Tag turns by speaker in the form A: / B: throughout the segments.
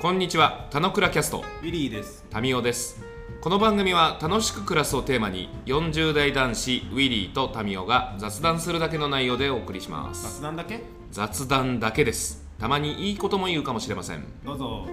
A: こんにちは、たのくらキャスト、
B: ウィリーです。
A: タミオです。この番組は楽しく暮らすをテーマに、40代男子ウィリーとタミオが雑談するだけの内容でお送りします。
B: 雑談だけ
A: 雑談だけです。たまにいいことも言うかもしれません。
B: どうぞ。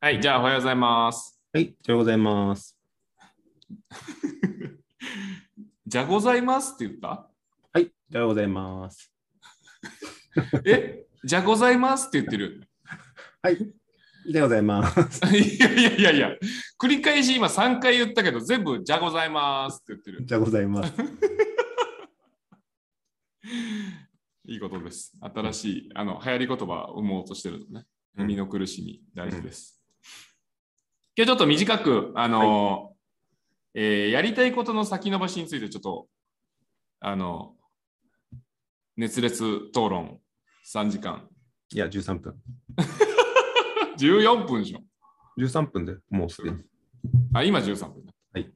A: はい、じゃあおはようございます。
C: はい、おはようございます。
A: じゃございますって言った
C: はい、おはようございます。
A: え、じゃございますって言ってる。
C: でござい ます。
A: いやいやいやいや、繰り返し今3回言ったけど、全部じゃございますって言ってる。
C: じゃあございます。
A: いいことです。新しい、あの、流行り言葉を生もうとしてるのね。
C: うん
A: 身の苦しみ、大事です。今日ちょっと短く、あの、えーやりたいことの先延ばしについてちょっと、あの、熱烈討論3時間。
C: いや、13分。
A: 14分でしょ。
C: 13分でもうすでに。
A: あ、今13分だ。
C: はい。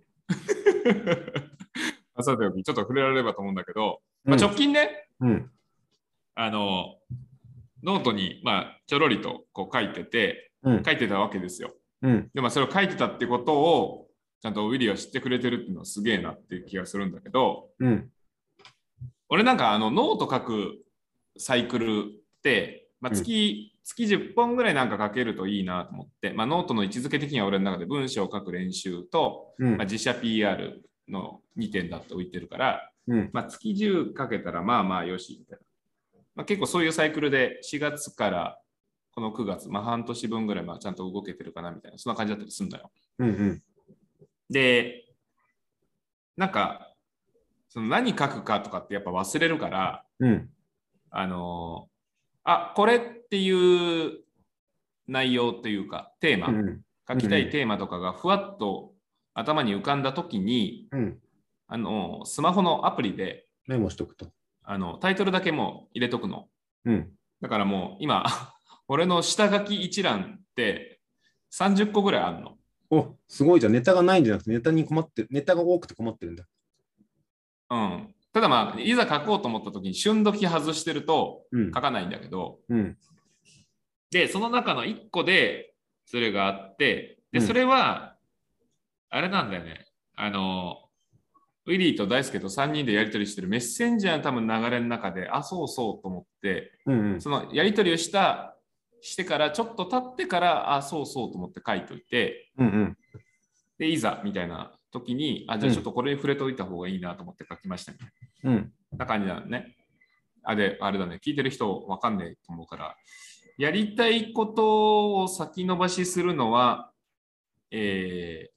A: さておき、ちょっと触れられればと思うんだけど、
C: う
A: まあ、
C: ん
A: 直近ね、
C: うん。
A: あの、ノートに、まあ、ちょろりとこう書いてて、
C: うん
A: 書いてたわけですよ。
C: うん。
A: で、まあ、それを書いてたってことを、ちゃんとウィリーは知ってくれてるっていうのはすげえなっていう気がするんだけど、
C: うん。
A: 俺なんかあのノート書くサイクルって、まあ、月、月10本ぐらいなんか書けるといいなと思って、まあ、ノートの位置づけ的には俺の中で文章を書く練習と、
C: うん
A: まあ、。自社 PR の2点だって置いてるから、
C: うん。
A: まあ、月10かけたらまあまあよしみたいな、まあ、結構そういうサイクルで4月からこの9月、まあ、半年分ぐらいまあちゃんと動けてるかなみたいなそんな感じだったりするんだよ
C: うん。うん。
A: でなんかその何書くかとかってやっぱ忘れるから
C: うん。
A: あのーあこれっていう内容というかテーマ、
C: うん。
A: 書きたいテーマとかがふわっと頭に浮かんだ時に、
C: うん。
A: あのスマホのアプリで
C: メモしとくと。
A: あのタイトルだけもう入れとくの。
C: うん。
A: だからもう今、 俺の下書き一覧って30個ぐらいあるの。
C: お、すごいじゃん。ネタがないんじゃなくて、ネタに困ってる。ネタが多くて困ってるんだ。
A: うん。ただまあ、いざ書こうと思った時に旬時外してると
C: うん
A: 書。かないんだけど、
C: うん。
A: で、その中の1個でそれがあって、で、
C: うん
A: それは、あれなんだよね。あの、ウィリーと大輔と3人でやり取りしてるメッセンジャーの多分流れの中で、あ、そうそうと思って、
C: うん。うん。
A: そのやり取りをしたしてからちょっと経ってからあそうそうと思って書いといて
C: うん。うん。
A: でいざみたいな時にあじゃあ
C: うん
A: ちょっとこれに触れといた方がいいなと思って書きましたみたい
C: うん。
A: な感じなのね。あであれだね聞いてる人わかんないと思うからやりたいことを先延ばしするのは、えー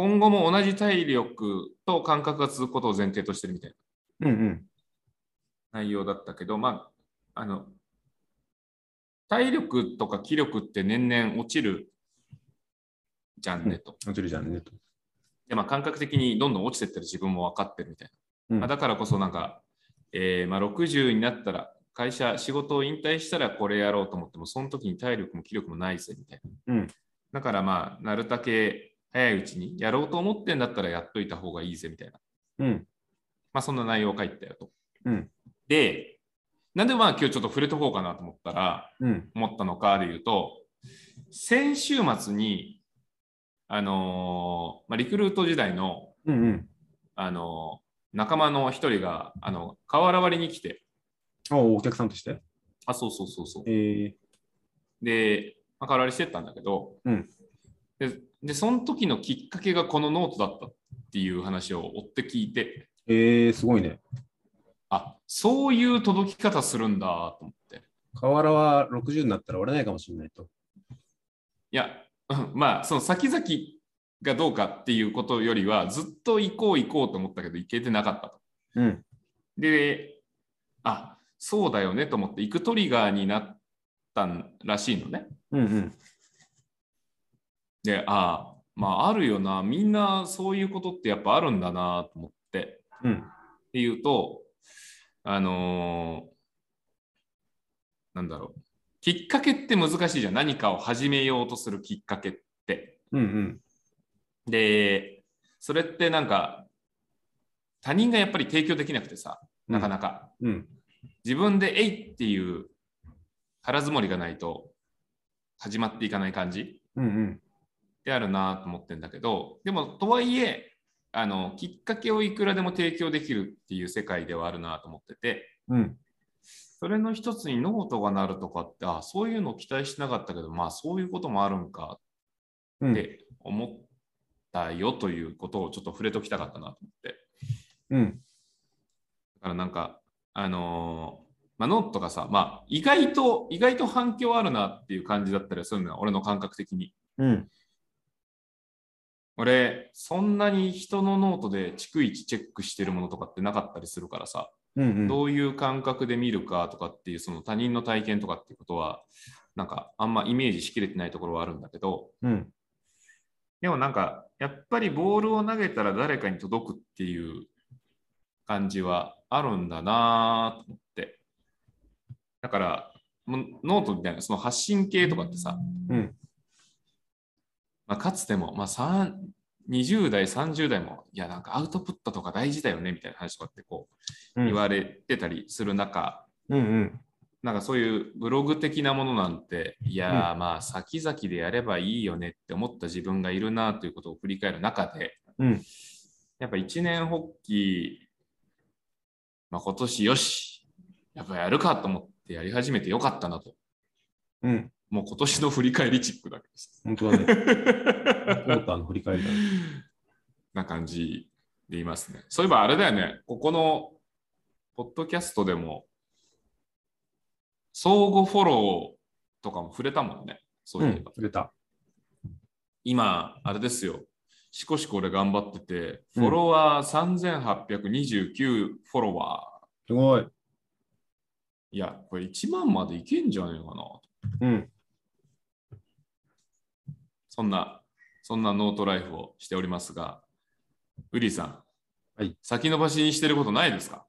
A: 今後も同じ体力と感覚が続くことを前提としてるみたいな。
C: うん。
A: 内容だったけど、まあ、あの、体力とか気力って年々落ちるじゃんねと。
C: 落ちるじゃんねと。
A: で、まあ、感覚的にどんどん落ちてってる自分も分かってるみたいな。
C: うん
A: まあ、だからこそなんか、えーまあ、60になったら、会社、仕事を引退したらこれやろうと思っても、その時に体力も気力もないぜみたいな。
C: うん
A: だからまあ、なるだけ早いうちに、やろうと思ってんだったらやっといた方がいいぜみたいな。
C: うん。
A: まあ、そんな内容を書いてたよと。
C: うん
A: で、なんでまあ今日ちょっと触れとこうかなと思ったら、
C: うん。
A: 思ったのかで言うと、先週末に、あのーまあ、リクルート時代の、
C: うん。うん。
A: あのー仲間の一人が、あの、瓦割りに来て、
C: あ、お客さんとして
A: あ、そうそうそうそう。
C: え
A: で、まあ、瓦割りしてったんだけど、
C: うん
A: で、で、その時のきっかけがこのノートだったっていう話を追って聞いて、
C: ー、えー、すごいね。
A: あ、そういう届き方するんだと思って。
C: 河原は60になったら割れないかもしれないと。
A: いや、うんまあ、その先々がどうかっていうことよりは、ずっと行こう行こうと思ったけど、行けてなかったと。
C: うん。
A: で、あそうだよねと思って、行くトリガーになったんらしいのね。
C: うんうん。
A: で、あまあ、あるよな、みんなそういうことってやっぱあるんだなと思って、
C: うん。
A: っていうと、あのーなんだろう、きっかけって難しいじゃん、何かを始めようとするきっかけって。
C: うんうん。
A: で、それってなんか、他人がやっぱり提供できなくてさ、なかなか。
C: うん。
A: 自分でえいっていう腹積もりがないと始まっていかない感じ
C: うんうん。
A: であるなと思ってんだけど、でもとはいえ、あのきっかけをいくらでも提供できるっていう世界ではあるなと思ってて、
C: うん。
A: それの一つにノートがなるとかって、あそういうの期待しなかったけど、まあそういうこともあるんか
C: う
A: っ
C: ん。
A: て思ったよということをちょっと触れときたかったなと思って。
C: うん。
A: だからなんか、あのーまあ、ノートがさ、まあ、意外と、意外と反響あるなっていう感じだったりするのよ、俺の感覚的に。
C: うん。
A: 俺、そんなに人のノートで逐一チェックしてるものとかってなかったりするからさ、
C: うん。
A: どういう感覚で見るかとかっていう、その他人の体験とかっていうことは、なんかあんまイメージしきれてないところはあるんだけど、
C: うん。
A: でもなんか、やっぱりボールを投げたら誰かに届くっていう感じはあるんだなぁと思って。だから、もうノートみたいな、その発信系とかってさ、
C: うん
A: まあ、かつても、まあ、3 20代、30代も、いや、なんかアウトプットとか大事だよねみたいな話とかってこう言われてたりする中、
C: うんうん。
A: なんかそういうブログ的なものなんて、いやー、まあ、先々でやればいいよねって思った自分がいるなということを振り返る中で、
C: うん
A: やっぱ一年発起、まあ、今年よし、やっぱやるかと思ってやり始めてよかったなと。
C: うん。
A: もう今年の振り返りチックだけ
C: 本当だね。ウォ
A: ど
C: ーターの振り返りだね。
A: な感じでいますね。そういえばあれだよね、ここのポッドキャストでも、相互フォローとかも触れたもんね、そう
C: う
A: いえ
C: ん
A: ば。。
C: 触れた。
A: 今、あれですよ、しこしこ俺頑張ってて、
C: うん
A: フォロワー3829フォロワー。
C: すごい。
A: いや、これ1万までいけんじゃねえかな。
C: うん。
A: そんな、そんなノートライフをしておりますが、ウリーさん、
C: はい
A: 先延ばしにしてることないですか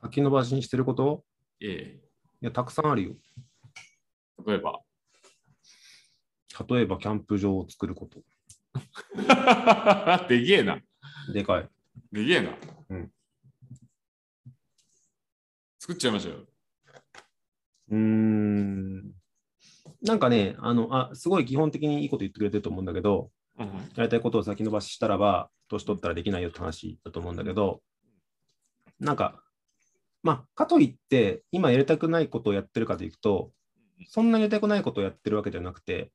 C: 先延ばしにしてること
A: ええ。
C: いや、たくさんあるよ。
A: 例えば。
C: 例えば、キャンプ場を作ること。
A: でげえな。
C: でかい。
A: でげえな。
C: うん
A: 作っちゃいましょうよ。
C: うーん。なんかね、あの、あ、すごい基本的にいいこと言ってくれてると思うんだけど、
A: うん
C: やりたいことを先延ばししたらば、年取ったらできないよって話だと思うんだけど、なんか、まあ、かといって、今やりたくないことをやってるかというと、そんなにやりたくないことをやってるわけじゃなくて、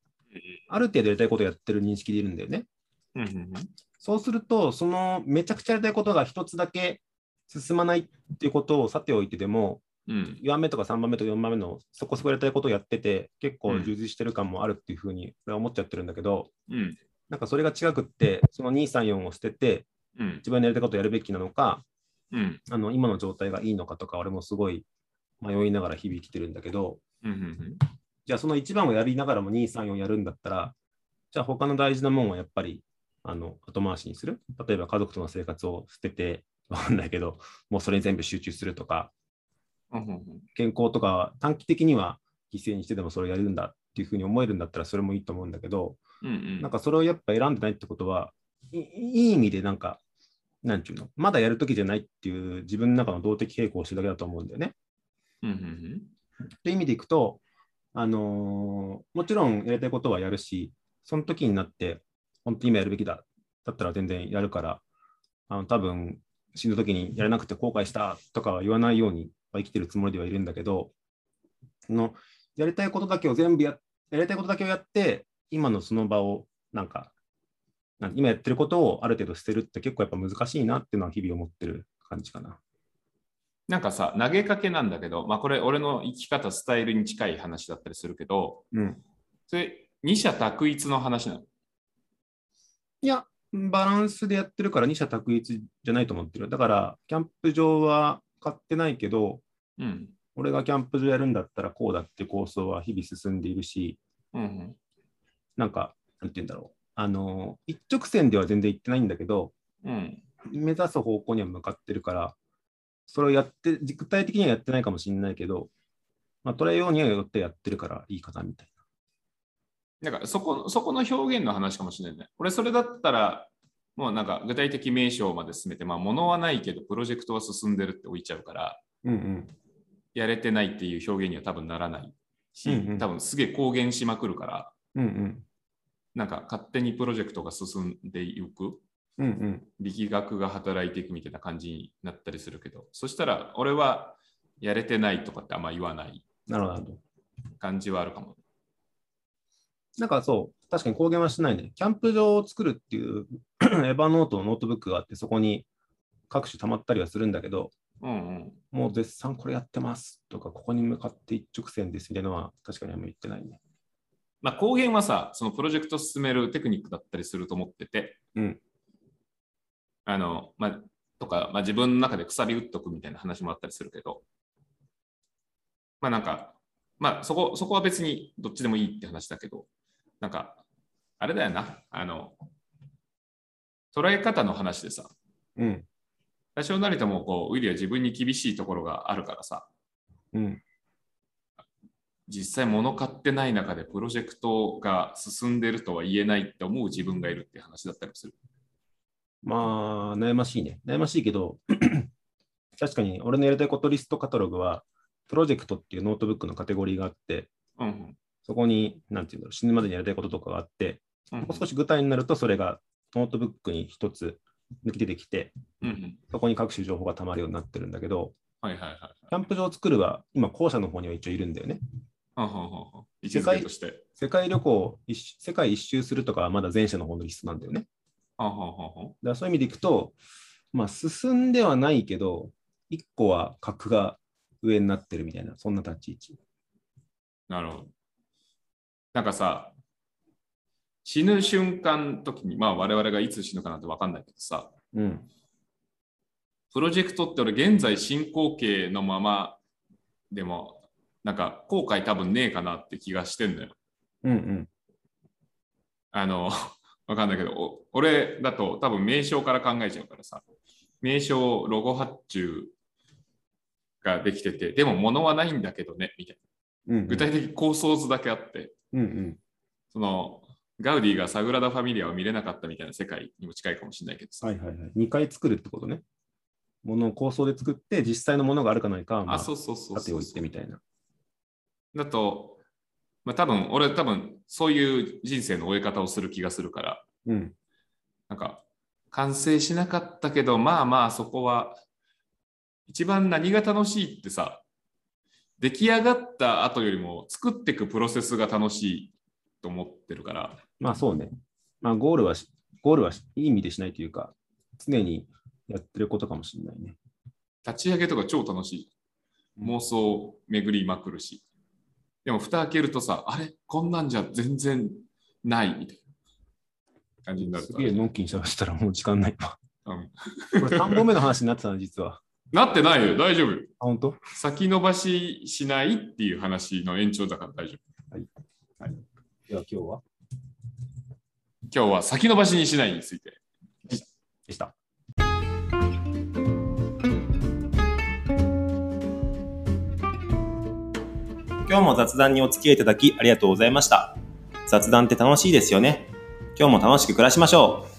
C: ある程度やりたいことをやってる認識でいるんだよね。
A: うんうん
C: そうすると、そのめちゃくちゃやりたいことが一つだけ進まないっていうことをさておいてでも、
A: うんうん
C: 4番目とか3番目とか4番目のそこそこやりたいことをやってて、結構充実してる感もあるっていうふうに俺は思っちゃってるんだけど、
A: うん
C: なんかそれが違くって、その2、3、4を捨てて、
A: うん
C: 自分のやりたいことをやるべきなのか、
A: うん
C: あの今の状態がいいのかとか、俺もすごい迷いながら日々生きてるんだけど、
A: うんうん
C: じゃあその1番をやりながらも2、3、4やるんだったら、じゃあ他の大事なもんはやっぱりあの後回しにする。例えば家族との生活を捨てて、わかんないけど、もうそれに全部集中するとか、
A: うんうん
C: 健康とかは短期的には犠牲にしてでもそれをやるんだっていうふうに思えるんだったらそれもいいと思うんだけど、
A: うん
C: なんかそれをやっぱ選んでないってことは、いいい意味でなんか、なんていうの、まだやるときじゃないっていう自分の中の動的傾向をしてるだけだと思うんだよね。
A: うんうん
C: という意味でいくと、あのーもちろんやりたいことはやるし、その時になって、本当に今やるべきだ、だったら全然やるから、あの多分死ぬ時にやれなくて後悔したとかは言わないようには生きてるつもりではいるんだけど、そのやりたいことだけを全部や、やりたいことだけをやって、今のその場を、なんか、なん今やってることをある程度捨てるって結構やっぱ難しいなっていうのは日々思ってる感じかな。
A: なんかさ、投げかけなんだけど、まあ、これ、俺の生き方、スタイルに近い話だったりするけど、
C: うん。
A: それ、二者択一の話なの。
C: いや、バランスでやってるから二者択一じゃないと思ってる。だから、キャンプ場は買ってないけど、
A: うん。
C: 俺がキャンプ場やるんだったらこうだって構想は日々進んでいるし、
A: うん
C: なんか、なんて言うんだろう。あの、一直線では全然行ってないんだけど、
A: うん。うん。
C: 目指す方向には向かってるから、それをやって、具体的にはやってないかもしれないけど、まあ、捉えようにはよってやってるからいいかなみたい
A: だからそこ、そこの表現の話かもしれないね。俺、それだったら、もうなんか具体的名称まで進めて、まあ、物はないけど、プロジェクトは進んでるって置いちゃうから、
C: うんうん。
A: やれてないっていう表現には多分ならないし、
C: うんうん
A: 多分すげえ公言しまくるから、
C: うんうん。
A: なんか勝手にプロジェクトが進んでいく、
C: うんうん。
A: 力学が働いていくみたいな感じになったりするけど、そしたら俺はやれてないとかってあんま言わない
C: なるほどなるほど。
A: 感じはあるかも。
C: なんかそう、確かに公言はしてないね。キャンプ場を作るっていう エヴァノートのノートブックがあって、そこに各種溜まったりはするんだけど、
A: うん
C: もう絶賛これやってますとか、ここに向かって一直線ですみたいなのは確かにあんまり言ってないね。
A: まあ、後編はさ、そのプロジェクト進めるテクニックだったりすると思ってて、
C: うん
A: あの、まあ、とか、まあ、自分の中でくさび打っとくみたいな話もあったりするけど、まあなんか、まあそこ、そこは別にどっちでもいいって話だけど、なんか、あれだよな、あの、捉え方の話でさ、
C: うん。
A: 多少なりともこう、ウィリは自分に厳しいところがあるからさ、
C: うん。
A: 実際物買ってない中でプロジェクトが進んでるとは言えないって思う自分がいるっていう話だったりもする。
C: まあ、悩ましいね。悩ましいけど、 確かに俺のやりたいことリストカタログは、プロジェクトっていうノートブックのカテゴリーがあって、
A: うんうん
C: そこに、なんていうんだろう、死ぬまでにやりたいこととかがあって、
A: うんうん
C: もう少し具体になると、それがノートブックに一つ抜き出てきて、
A: うんうん
C: そこに各種情報がたまるようになってるんだけど、
A: はいはいはいはい。
C: キャンプ場を作るは、今、校舎の方には一応いるんだよね。
A: うんうんうんうん位置づけとして。
C: 世界旅行一周、世界一周するとかはまだ前者の方のリストなんだよね。だ
A: う
C: か
A: んうんうんうん
C: らそういう意味でいくと、まあ、進んではないけど、一個は格が上になってるみたいな、そんな立ち位置。
A: なるほど。なんかさ、死ぬ瞬間の時に、まあ我々がいつ死ぬかなんて分かんないけどさ、
C: うん。
A: プロジェクトって俺現在進行形のままでも、なんか後悔多分ねえかなって気がしてんのよ。
C: うんうん。
A: あの、 わかんないけど、お俺だと多分名称から考えちゃうからさ、名称、ロゴ発注ができてて、でも物はないんだけどね、みたい
C: うんうん
A: な。具体的構想図だけあって、
C: うんうん。
A: その、ガウディがサグラダ・ファミリアを見れなかったみたいな世界にも近いかもしれないけどさ、
C: はいはいはい。2回作るってことね。ものを構想で作って、実際のものがあるかないかは、ま
A: あ、
C: あ、
A: そうそうそう
C: 立て
A: そ
C: お
A: う
C: いてみたいな。
A: だと、まあ多分、俺多分、そういう人生の終え方をする気がするから、
C: うん。
A: なんか、完成しなかったけど、まあまあそこは、一番何が楽しいってさ、出来上がった後よりも作っていくプロセスが楽しいと思ってるから、
C: まあそうね。まあゴールはし、ゴールはしいい意味でしないというか、常にやってることかもしれないね。
A: 立ち上げとか超楽しい。妄想巡りまくるし。でも蓋開けるとさ、あれこんなんじゃ全然ないみたいな感じになる
C: す
A: か
C: げえ
A: ら。
C: のんきに喋ってたらもう時間ないわ。
A: うん
C: これ3本目の話になってたの、実は。
A: なってないよ、大丈夫。
C: あ、本当？
A: 先延ばししないっていう話の延長だから大丈夫。
C: では今日は
A: 今日は先延ばしにしないについて。
C: でした。
B: 今日も雑談にお付き合いいただきありがとうございました。雑談って楽しいですよね。今日も楽しく暮らしましょう。